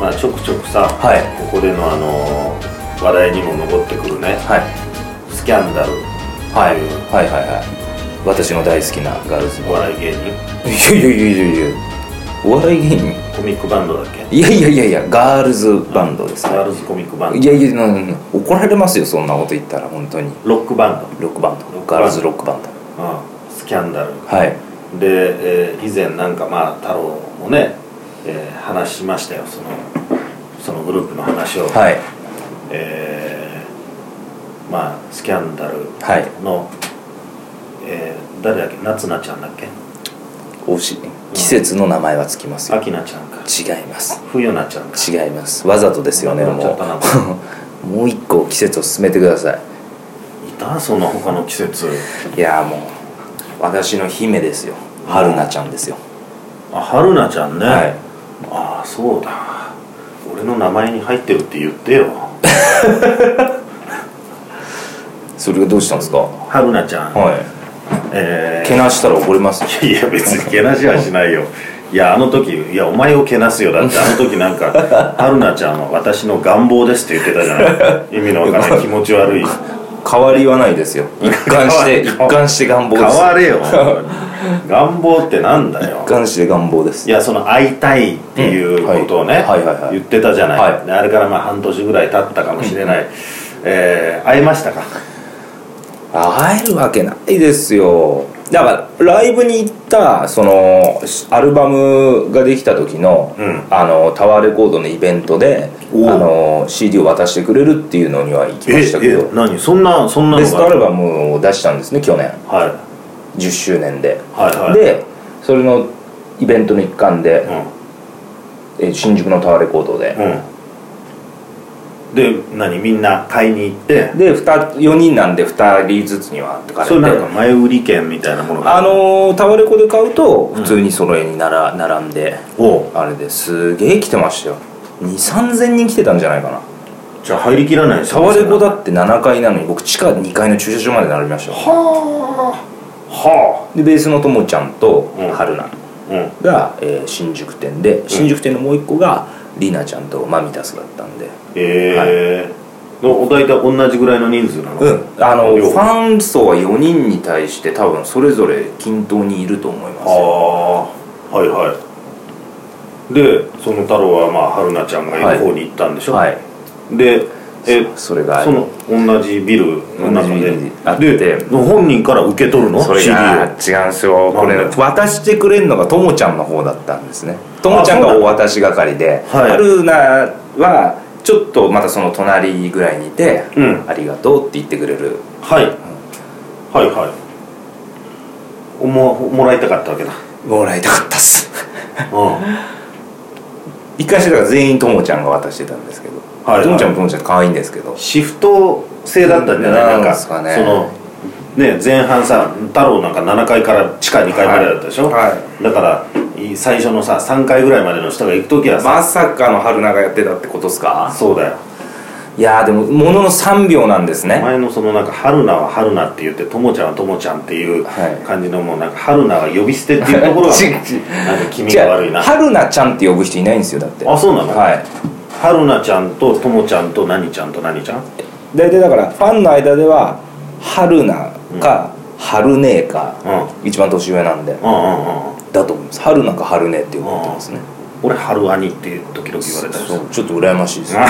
まあ、ちょくちょくさ、はいここでの、あのー話題にも上ってくるね、はいスキャンダルはいというはいはいはい私の大好きなガールズおの笑い芸人いやいやいやいやいやお笑い芸人コミックバンドだっけいやいやいやいやガールズバンドですねガールズコミックバンいドやいやなんなん怒られますよそんなこと言ったら本当にロックバンロックバロンッドクバンドガールズロックバンドド、うん、スキャンダルはいで、えー以前なんかまあ太郎もね、えー話しましたよそのそのグループの話を、はいえーまあスキャンダルはいの、えー誰だっけ夏菜ちゃんだっけおし季節の名前はつきますよ秋菜ちゃんか違います冬菜ちゃんか違いますわざとですよねなくなっちゃっもたなう もう一個季節を進めてくださいいたその他の季節いやーもう私の姫ですよ春菜ちゃんですよあ春菜ちゃんね、はいああそうだ俺の名前に入ってるって言ってよそれがどうしたんですかは春菜ちゃん、いえーけなしたら怒りますいや別にけなしはしないよいやあの時いやお前をけなすよだってあの時なんか 「春菜ちゃんは私の願望です」って言ってたじゃない意味のわかんない気持ち悪 い変わりはないですよ一貫して一 変わ貫して願望変ですわれ よ願望ってなんだよ一貫して願望ですいやその会いたいっていうことをね、うんはいはいはいはい言ってたじゃない、はいであれからまあ半年ぐらい経ったかもしれない、えー会えましたか会えるわけないですよだからライブに行ったそのアルバムができた時の,、うんあのタワーレコードのイベントであおうの CD を渡してくれるっていうのには行きましたけど何そんなそんなベのストアがルバムを出したんですね去年はい10周年で、はいはいでそれのイベントの一環で、うえー新宿のタワーレコードで、んうんで何みんな買いに行ってで4人なんで2人ずつにはってかれてそれなんか前売り券みたいなものがあのータワレコで買うと普通に揃えになら、並んでおうあれですげえ来てましたよ2 3 0 0 0人来てたんじゃないかなじゃあ入りきらないですタワレコだって7階なのに僕地下2階の駐車場まで並びましたよはあはでベースのともちゃんとうん春菜あうんが、えー新宿店で新宿店のもう一個がりなちゃんとマミタスだったんでええのお大体同じぐらいの人数なのうんあの両フ方ァン層は4人に対して多分それぞれ均等にいると思いますあよあはいはいでその太郎はまあ春菜ちゃんがいる方に行ったんでしょ、はいでえそれがその同じビルの中同じビでルにあってで本人から受け取るのそれ CD をが違うんすよこれなんで渡してくれるのがともちゃんの方だったんですねともちゃんあがそうお渡し係ではい春菜はちょっとまたその隣ぐらいにいて「うんありがとう」って言ってくれるはい、はいはいおももらいたかったわけ だもらいたかったっす う一回してたから全員ともちゃんが渡してたんですけどはいはいともちゃんもともちゃんって可愛いんですけどんシフト制だったんじゃないなんなんかですかねそのね前半さ太郎なんか7階から地下2階までだったでしょ、はいはだからい最初のさ3階ぐらいまでの人が行く時はさ、まさかの春菜がやってたってことっすかそうだよいやーでもものの3秒なんですおね前のそのなんか「春菜は春菜」って言って「ともちゃんはともちゃん」っていうはい感じのもうなんか「春菜は呼び捨て」っていうところがちなんか気味じがゃ悪いなあ春菜ちゃんって呼ぶ人いないんですよだってあそうなの、はい春菜ちゃんとともちゃんと何ちゃんと何ちゃん大体だからファンの間では春菜か春姉か、うん一番年上なんでうんうんうんうんだと思います春菜か春姉って呼ばれてますね俺春兄って時々言われたりすそるうちょっと羨ましいですね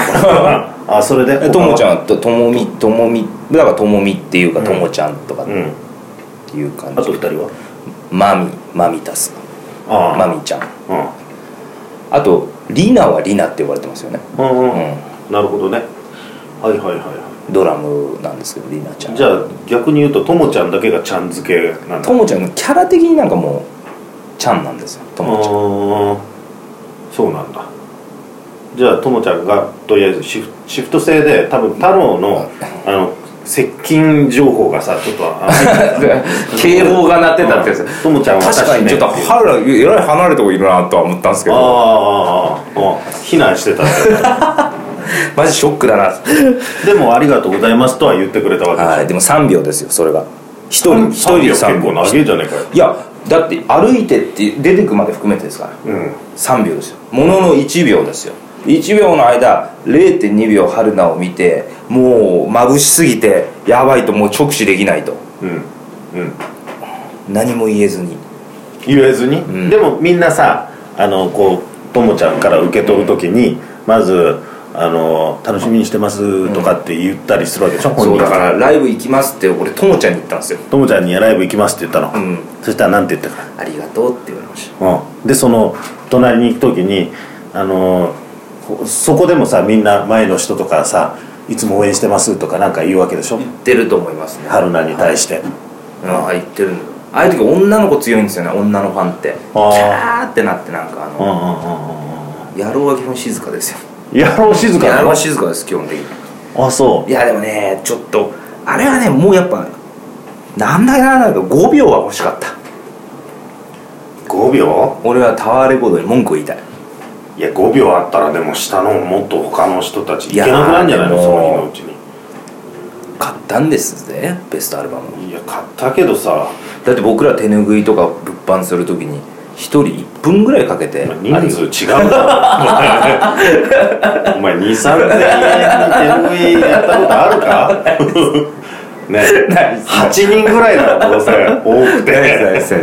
ああそれ でともちんゃんとともみともみだからともみっていうかうんともちゃんとかっうんていう感あじ、と二人はマミマミタスああマミちゃんうあとリナはリナって呼ばれてますよね、んうんうんうなるほどねはいはいはいはん、ドラムなんですけどリナちゃいんじゃあ逆に言うとともちゃんだけがちゃん付けなんだともちゃんのキャラ的になんかもうちゃんなんですよともちゃんあーそうなんだじゃあともちゃんがとりあえずシフシフト制で多分太郎のあの接近情報がさちょっとあ 警報が鳴ってたってやつうんともちゃんは確かにちょっと春菜えらい離れた子いるなとは思ったんですけああどああああ避難してたってマジショックだなでも「ありがとうございます」とは言ってくれたわけはいでも3秒ですよそれが1人一人3秒で3秒結構長いじゃねえかよいやだって歩いてって出てくまで含めてですからうん3秒ですよものの1秒ですよ1秒の間0.2秒春菜を見てもう眩しすぎてやばいともう直視できないとうんうん何も言えずに言えずに、んでもみんなさあのこうともちゃんから受け取る時に、まずあの「楽しみにしてます」とかって言ったりするわけでしょ、本そう人だはからライブ行きますって俺ともちゃんに言ったんですよともちゃんに「ライブ行きます」って言ったの、うんそしたらなんて言ったかありがとうって言われましたうん、でその隣に行く時にあのこそこでもさみんな前の人とかさ「いつも応援してます」とかなんか言うわけでしょ、言ってると思いますね春菜に対して、ああ言ってるんだああいう時女の子強いんですよね女のファンってあーキャーってなってなんかあうんうのんうんうん野郎は基本静かですようんやろう静か野な郎のは静かです基本的にあそいやでもねちょっとあれはねもうやっぱなんだかなんだか5秒は欲しかったう5秒俺はタワーレコードに文句を言いたいいや5秒あったらでも下のもっと他の人たちいいけやなーくなるんじゃないのでもその日のうちに買ったんですぜベストアルバムいや買ったけどさだって僕ら手拭いとか物販する時に1人1分ぐらいかけて人数違う だろお前2 3 0 0 0円に手拭いやったことあるか ねないっす8人ぐらいだろどうせ多くナ てイスナイスうん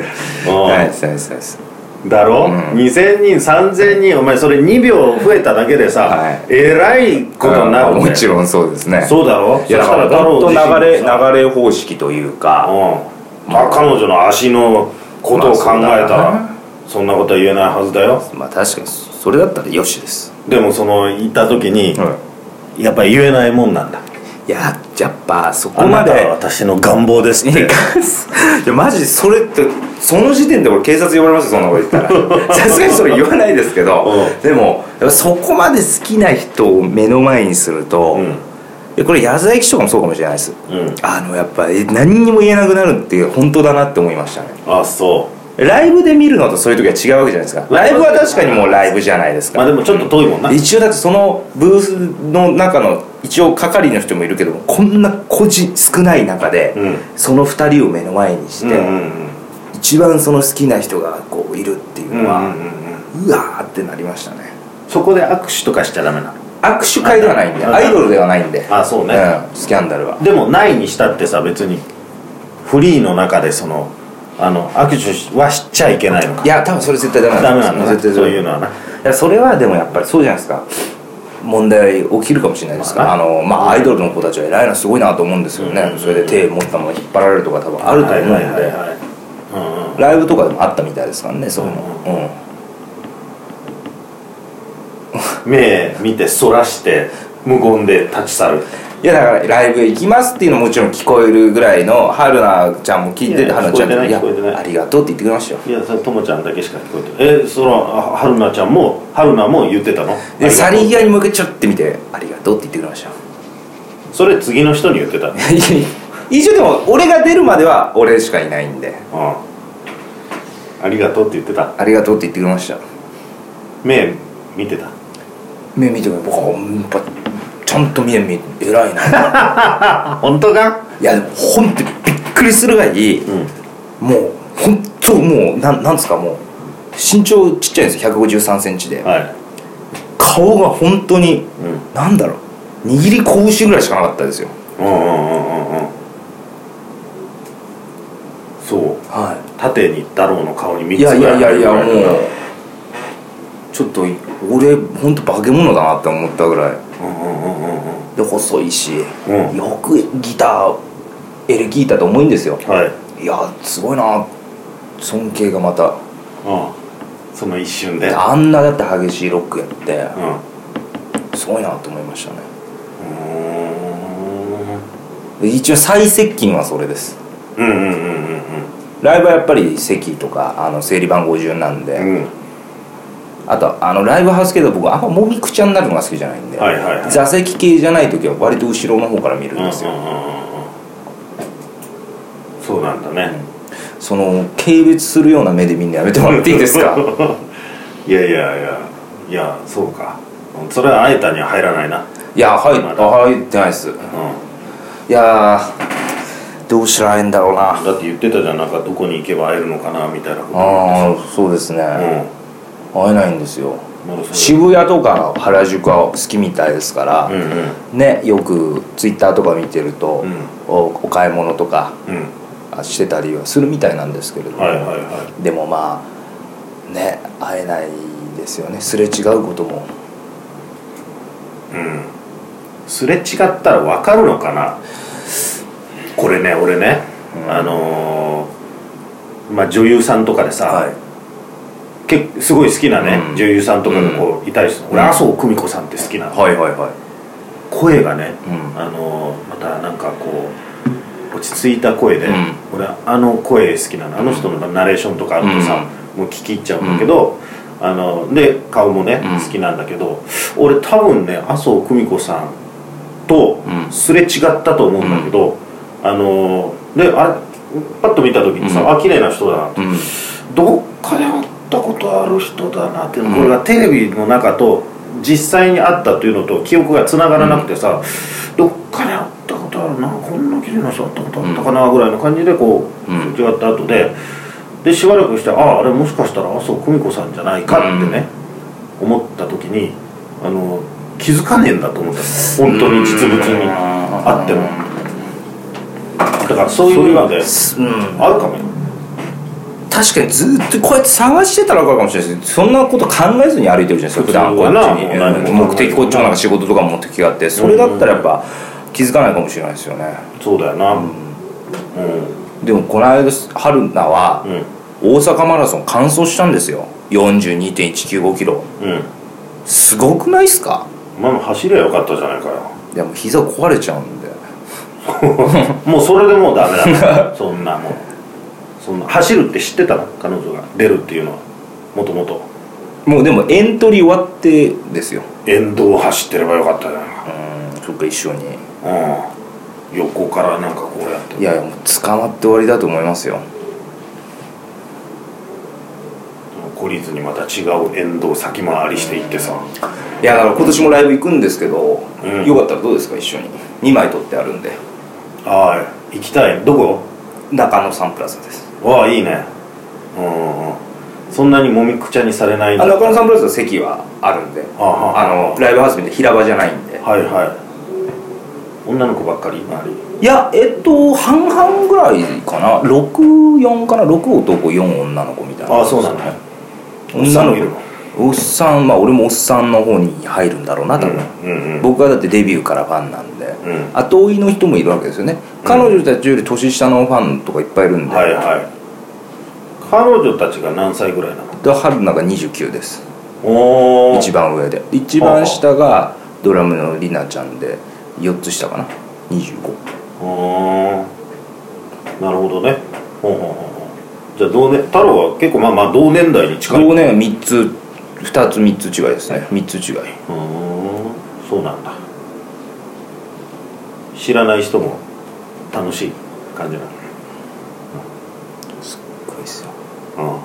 ナイスナイスナイスだろ、うん2000人3000人お前それ2秒増えただけでさ、はいえらいことになるね、もちろんそうですねそうだろいやだそしかたら本当自身もさ流れ流れ方式というかうんまあ彼女の足のことを考えたまらあそうだなそんなことは言えないはずだよまあ確かにそれだったらよしです、でもその行った時にやっぱり言えないもんなんだいややっぱそこあまなでたは私の願望ですっいてや いやマジそれってその時点で俺警察呼ばれますよそんなこと 言ったらさすがにそれ言わないですけど、うでもやっぱそこまで好きな人を目の前にすると、うんいやこれ矢沢駅長もそうかもしれないです、うんあのやっぱえ何にも言えなくなるって本当だなって思いましたねあそライブで見るのとそういう時は違うわけじゃないですかライブは確かにもうライブじゃないですうかまあでもちょっと遠いもんな、一応だってそのブースの中の一応係の人もいるけどもこんな個人少ない中で、うんその2人を目の前にして、うん一番その好きな人がこういるっていうんううんのは、ううんうんわーってなりましたねそこで握手とかしちゃダメなの握手会ではないんでうんアイドルではないんで、あそうね、うん、スキャンダルはでもないにしたってさ別にフリーの中でそのあの握手はしちゃいけないのかいや多分それ絶対ダメダなんメですなんだな絶対そういうのはないやそれはでもやっぱりそうじゃないですか問題起きるかもしれないですから、まああ、のまあアイドルの子たちは偉いなすごいなと思うんですよね、うんそれで手持ったまま引っ張られるとか多分ああると思うんで、はいはいはいはいうんうんライブとかでもあったみたいですからねそういうの、ううん目見てそらして無言で立ち去るいやだからライブへ行きますっていうのももちろん聞こえるぐらいの春菜ちゃんも聞いていてや春菜ちゃん聞こえてないいや聞こえてないありがとうって言ってくれましたよいやそれともちゃんだけしか聞こえてないえそのあ春菜ちゃんも春菜も言ってたので去りありがと際に向けちゃってみてありがとうって言ってくれましたよ うそれ次の人に言ってたのうんいやいや一応でも俺が出るまでは俺しかいないんでありがとうって言ってたありがとうって言ってくれましたよ目見てた目見ても僕はうんやっぱちゃんと見えん見え偉いなあ本当かいやでも本当にびっくりするがいいうんもう本当もうなんなんですかもう身長ちっちゃいんですよ1 5 3ンチではい顔が本当にうんなんだろう握り拳ぐらいしかなかったですようんうんうんうんうんそうは縦に太郎の顔に3いやついぐらやいいやいやも入るぐらうちょっと俺本当化け物だなって思ったぐらいうんうんうんうんうんで細いし、うんよくギターエレキギターと思うんですよはいいやすごいな尊敬がまたうんその一瞬であんなだって激しいロックやっうんてすごいなと思いましたねうーで一応最接近はそれですんうんうんうんうんライブはやっぱり席とかあの整理番号順なんで、うんうんあとあのライブハウス系だと僕あんまもみくちゃになるのが好きじゃないんで、はいはいはい座席系じゃない時は割と後ろの方から見るんですよ、うんうんうんうんそうなんだねその軽蔑するような目でみんなやめてもらっていいです かいやいやいやいやそうかうんそれはあえたには入らないないやはいあ入ってないですういやーどうしたらええんだろうなんだって言ってたじゃんなんかどこに行けば会えるのかなみたいなことああそうですね、うんあ会えないんですよまだそれ渋谷とか原宿は好きみたいですから、うんうんねよくツイッターとか見てると、うんおお買い物とかうんあしてたりはするみたいなんですけれども、はいはいはでもまあね会えないですよねすれ違うこともいうんすれ違ったら分かるのかなこれね俺ね、うんあのーまあ女優さんとかでさ、結構すごい好きなね、うん女優さんとかがこういたりする、俺麻生久美子さんって好きなの、はいはいはい声がね、うんあのまたなんかこう落ち着いた声で、うん俺あの声好きなのあの人のナレーションとかあるとさ、もう聞き入っちゃうんだけど、あので顔もね、うん好きなんだけど俺多分ね麻生久美子さんとうんすれ違ったと思うんだけど、あのであれパッと見た時にさ、うんあ綺麗な人だなって、うんどっかで会ったことある人だなっていうの、うんこれがテレビの中と実際に会ったというのと記憶がつながらなくてさ、どっかで会ったことあるなこんな綺麗な人会ったことあったかなぐらいの感じでこう、うん違った後ででしばらくしてあああれもしかしたら麻生久美子さんじゃないかってね、思った時にあの気づかねえんだと思ったの本当に実物にあってもだからそういうのでうんあるかもよ確かにずっとこうやって探してたら分かるかもしれないですそんなこと考えずに歩いてるじゃないですか普普通はな段こっちもう何にも目的こっちもなんか仕事とかも目的があってそれだったらやっぱ気づかないかもしれないですよねそうだよなでもこの間春菜はうん、うん大阪マラソン完走したんですよ42.195キロうんすごくないっすかお前も走りゃよかったじゃないかよでも膝壊れちゃうんでもうそれでもうダメ だそんなもうそんな走るって知ってたの彼女が出るっていうのはもともともうでもエントリー終わってですよ沿道を走ってればよかったじゃなうーんそっか一緒にいかうん横からなんかこうやっていやいやもう捕まって終わりだと思いますよ懲りずにまた違う沿道先回りしていってさいやだから今年もライブ行くんですけど、うんよかったらどうですか一緒に2枚取ってあるんでああ行きたいどこ中野サンプラザですわあいいねうんうんそんなにもみくちゃにされないんあだ中野サンプラザ席はあるんであああのライブハウスみたいな平場じゃないんではいはい女の子ばっかり周りいやえっと半々ぐらいかな64かな6男4女の子みたいなああそうなんだね女おっさんもいるの子おっさんまあ俺もおっさんの方に入るんだろうな多分、うんうんうん僕はだってデビューからファンなんで、うん後追いの人もいるわけですよね彼女たちより年下のファンとかいっぱいいるんで、はいはい彼女たちが何歳ぐらいなので春菜が29ですおお一番上で一番下がドラムのりなちゃんで4つ下かな25なるほどねほうほうほうほうじゃあ同年太郎は結構まあまあ同年代に近いうーん同年は3つ2つ3つ違いですね3つ違いそうなんだ知らない人も楽しい感じなのうん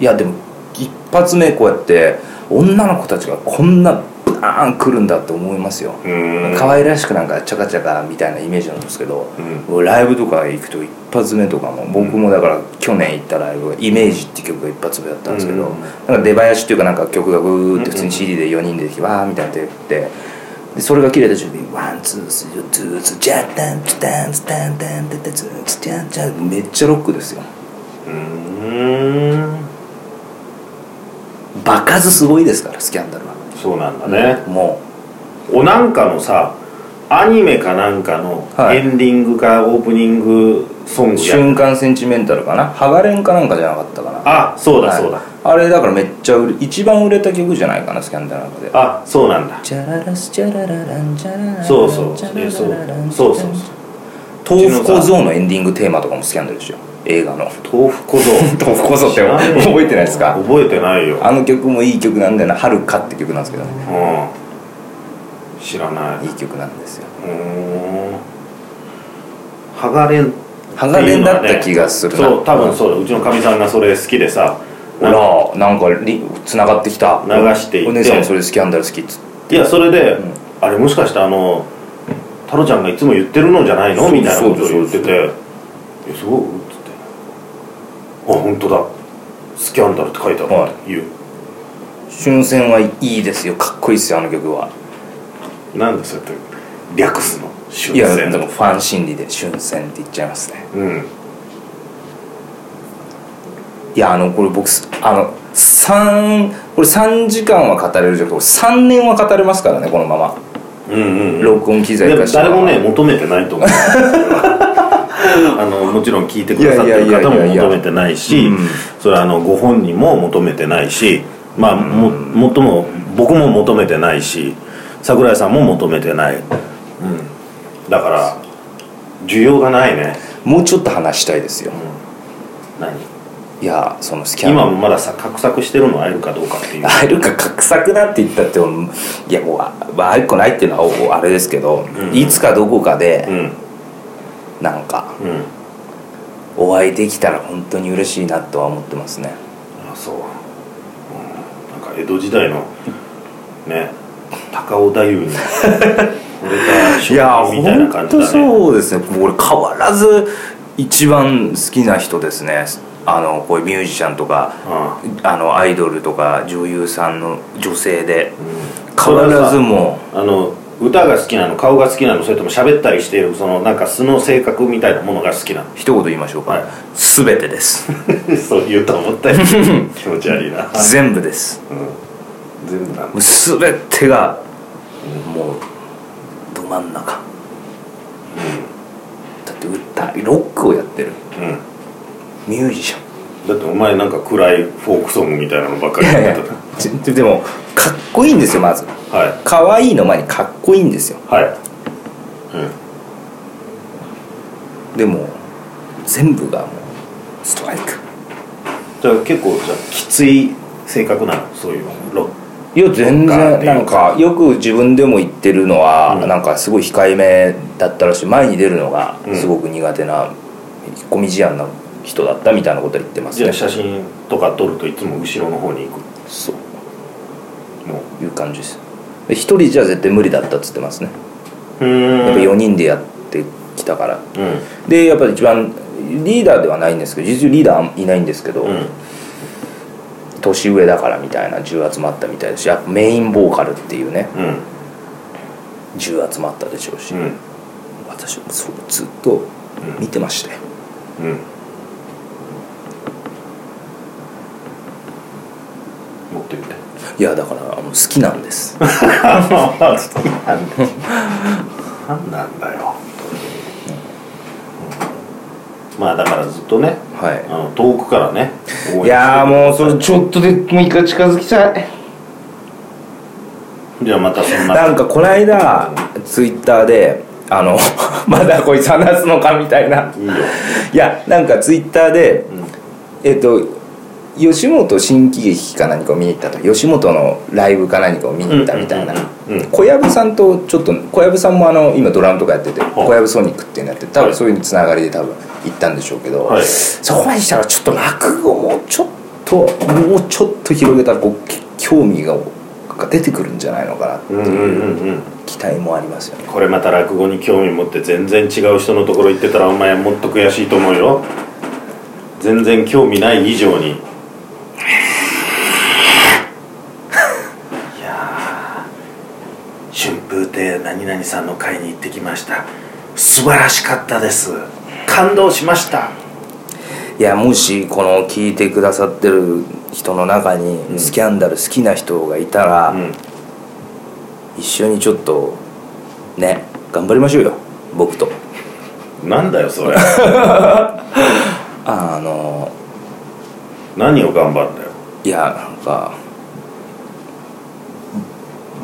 いやでも一発目こうやって女の子たちがこんなバーン来るんだって思いますようーん可愛らしくなんかチャカチャカみたいなイメージなんですけど、うライブとか行くと一発目とかも僕もだから去年行ったライブが「イメージ」って曲が一発目だったんですけど、うんなんか出囃子というかなんか曲がグーって普通に CD で4人でてきてわーみたいなのやってでそれが切れた瞬間に「ワンツースリーツーツージャッタンツタンツタンタンタタツーツジャンジャン」めっちゃロックですようーんバカずすごいですからスキャンダルはそうなんだね、もおなんかのさアニメかなんかのはいエンディングかオープニングソンうグ「や、瞬間センチメンタル」かな「ハガレン」かなんかじゃなかったかなあそうだはいそうだ、あれだからめっちゃ売れ一番売れた曲じゃないかなスキャンダルの中であそうなんだチャララスチャララランチャララランそうそうチャえそうララランそうそう豆腐小僧のエンディングテーマとかもスキャンダルでしょ映画 の豆腐小僧豆腐小僧って覚えてないですか 覚えてないよ、あの曲もいい曲なんだよな「はるか」って曲なんですけどねうん、知らないいい曲なんですようーんハガレンハガレンだった気がするなそう多分そうだうちのかみさんがそれ好きでさほらなんかつながってきた流していってお姉さんもそれスキャンダル好きっつっていやそれで、んあれもしかしてあの太郎ちゃんがいつも言ってるのじゃないのそうみたいなことを言ってそうて「いやすごい」っつって「あ本当だスキャンダル」って書いてあるはいって言う、春戦はいいですよかっこいいですよあの曲はなんでそうやって略すの修いやで正もファン心理で春戦って言っちゃいますねうんいやあのこれ僕あの3これ3時間は語れるじゃなくて3年は語れますからねこのままうんうんうん録音機材でも化して誰もね求めてない と思うあのもちろん聞いてくださってる方も求めてないいしやいやいやいやそれはあのご本人も求めてないしまあももっとも僕も求めてないし桜井さんも求めてない、うん、だから需要がないねもうちょっと話したいですよ何いやそのスキャン今もまださ画策してるの会えるかどうかっていう、会えるか画策だって言ったって俺いやもうあまあ会えっこないっていうのはおあれですけど、うんいつかどこかうでんなんかうん、お会いできたら本当に嬉しいなとは思ってますねあそう、うん、なんか江戸時代のね高尾太夫 に俺がいや職人みたいな本感じ当だねそうですね俺変わらず一番好きな人ですねあのこういうミュージシャンとかあああのアイドルとか女優さんの女性でうん変わらずもあの歌が好きなの顔が好きなのそれとも喋ったりしているそのなんか素の性格みたいなものが 好きなう一言言いましょうか、はい全てですのそう言うと思ったよ 気持ち悪いな全部です全部なんだもう全てがもうど真ん中、だって歌ロックをやってるうんミュージシャンだってお前なんか暗いフォークソングみたいなのばっかいりやいややってたちででもかっこいいんですよまずはい可愛いの前にかっこいいんですよはい、うん、でも全部がもうストライクじゃあ結構じゃあきつい性格なのそういうロいや全ロッカーっ然ていうかなんかよく自分でも言ってるのは、うんなんかすごい控えめだったらしい前に出るのがすごく苦手なコミジアンな人だったみたいなことは言ってますじゃねあ写真とか撮るといつも後ろの方に行くそうもいう感じですで一人じゃ絶対無理だったっつってますねううんやっぱ4人でやってきたからうんでやっぱり一番リーダーではないんですけど実はリーダーいないんですけど、うん年上だからみたいな重圧もあったみたいですしやっぱメインボーカルっていうねうん重圧もあったでしょうし、うん私もそうずっと見てましたよ、うん持ってみて いやだからあの好きなんです なんなんだよまあだからずっとねあはの遠くからね応援しているいやーもうそれちょっとでもう一回近づきたいじゃあまたそんな なんかこの間ツイッターであの まだこいつ話すのかみたいないいよいやなんかツイッターでうんえっと吉本新喜劇か何かを見に行ったと吉本のライブか何かを見に行ったみたいなうんうんうんうん小籔さんとちょっと小籔さんもあの今ドラムとかやってて小籔ソニックっていうのやってて多分そういうつながりで多分行ったんでしょうけど、はいそこまでしたらちょっと落語もうちょっともうちょっと広げたらこうき興味がが出てくるんじゃないのかなってうんうんうんうん期待もありますよねこれまた落語に興味持って全然違う人のところ行ってたらお前もっと悔しいと思うよ全然興味ない以上にいやー春風亭何々さんの会に行ってきました素晴らしかったです感動しましたいやもしこの聞いてくださってる人の中にスキャンダル好きな人がいたら、うん一緒にちょっとね頑張りましょうよ僕となんだよそれ あの何を頑張んだよいやなんか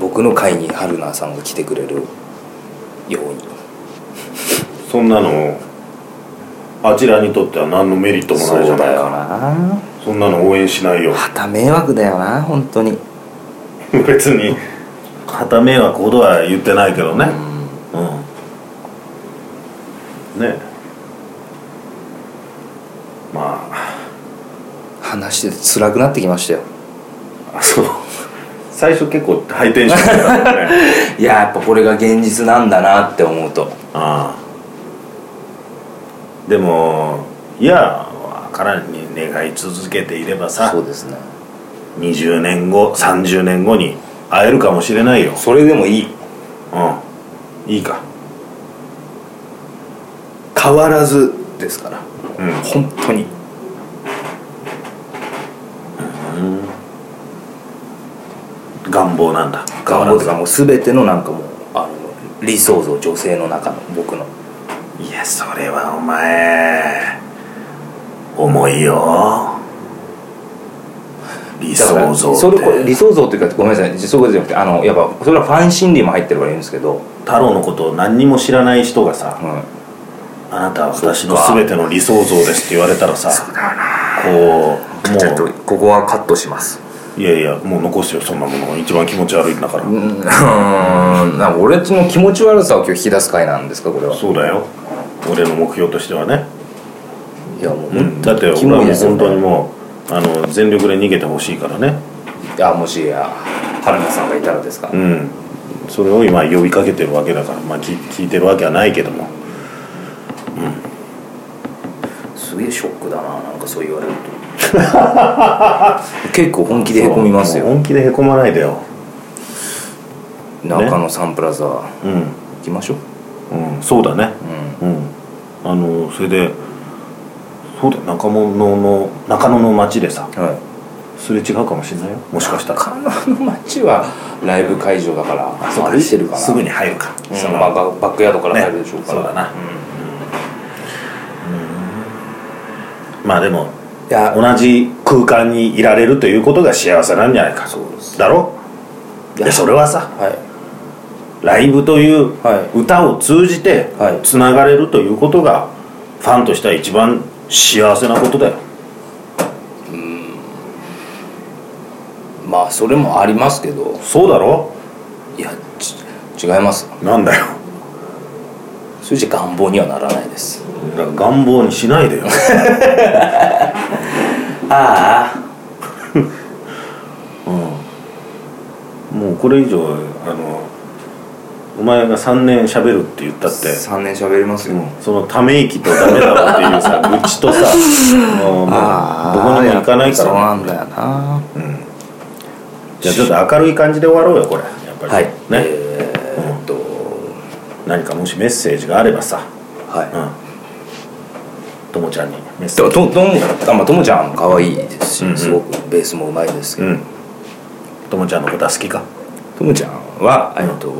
僕の会に春菜さんが来てくれるようにそんなのあちらにとっては何のメリットもないじゃないかなそんなの応援しないよまた迷惑だよな本当に 別に旗迷惑ほどは言ってないけどねうんねま話してて辛くなってきましたよあそう最初結構ハイテンションだったよね いややっぱこれが現実なんだなって思うとああでもいやからに願い続けていればさそうですね20年後30年後に会えるかもしれないよそれでもいいうんいいか変わらずですからうん本当に願望なんだ願望とかもう全てのなんかもうあの理想像女性の中の僕のいやそれはお前重いよ理だから想像それこっれ理て想像っていうかごめんなさいそういうことじゃなくてあのやっぱそれはファン心理も入ってるから言うんですけど、太郎のことを何にも知らない人がさう「あなたは私の全ての理想像です」って言われたらさこうちょっもとここはカットしますういやいやもう残すよそんなもの一番気持ち悪いんだからうーんなんか俺の気持ち悪さを今日引き出す回なんですかこれはそうだよ俺の目標としてはね、いやもう、だってキ俺モはいもうですよ本ね当にもうあの全力で逃げてほしいからねいやもしや春菜さんがいたらですか、うんそれを今呼びかけてるわけだからまあ聞聞いてるわけはないけどもすげえショックだななんかそう言われると結構本気でへこみますもうよ本気でへこまないでよ中野サンプラザ行うん、きましょううん、そうだねうんうんあのそれでそうだよ中野の中野の街でさはいすれ違うかもしれないよもしかしたら中野の街はライブ会場だから歩いてるかなすぐに入るか、うんそのまあ、ババックヤードから入るでしょうねから、そうだなうんまあでもいや同じ空間にいられるということが幸せなんじゃないかそうですだろいやでそれはさはいライブというは歌を通じてはいつながれるということがファンとしては一番幸せなことだよまあそれもありますけどそうだろいやち違いますなんだよそれじゃ願望にはならないですだから願望にしないでよ あもうこれ以上あのお前が3年しゃべるって言ったっあて3年喋りますよ、そのため息とダメだろっていう さ愚痴とさもうもうどこにも行かないかそうらなんだよなじゃあちょっと明るい感じで終わろうよこれやっぱり、はい、ね、えーっと、何かもしメッセージがあればさはい、うんともちゃんにメッセーととともあまあともちゃん可愛いですし、すごくベースもうまいですけジど、うんともちゃんのことは好きかともちゃんはえっと、や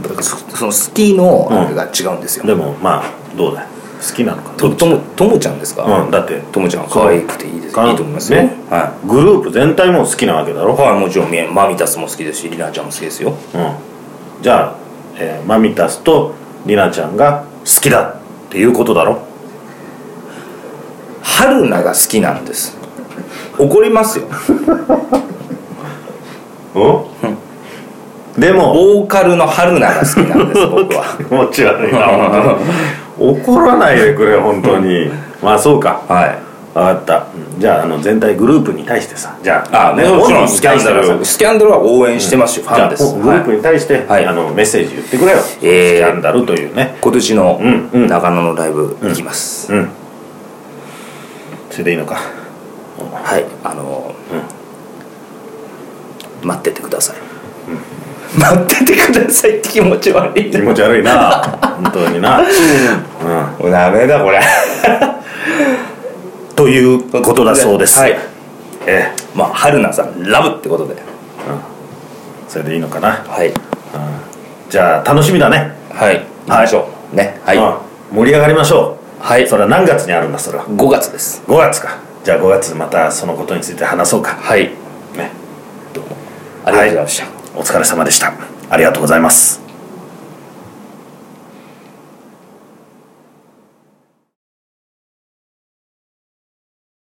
っぱそそのスキーのうんあれが違うんですよ、でもまあどうだい好きなのかとともともちゃんですか、うんだってともちゃん可愛くていいですそういいと思いますよ、ねはグループ全体も好きなわけだいろはいもちろんみマミタスも好きですしリナちゃんも好きですようんじゃあ、えーマミタスとリナちゃんが好きだっていうことだろ春菜が好きなんです怒りますようんでもボーカルの春菜が好き なんです僕は気持ち悪いな 本当に怒らないでくれ本当にまあそうかはい分かったうんじゃああの全体グループに対してさじゃああねも本ちろん人にスキャ対しンてダはさルスキャンダルは応援してますよ、フじゃァンあです、ほグループに対して、はいあのメッセージ言ってくれよ、えースキャンダルというね今年うんうんの長野のライブ行きます、うんそれでいいのかはいあの、待っててください、待っててくださいって気持ち悪い気な持ち悪いな本当に な、うん、もうダメだ これということだそうです、はいえまあ春菜さんラブってことでえそれでいいのかなはいじゃあ楽しみだね、はい行きましょうねはい、うん盛り上がりましょはう、いそれは何月にあるんだそれは5月です5月かじゃあ5月またそのことについて話そうかはいねありがとうございました、お疲れ様でしたありがとうございます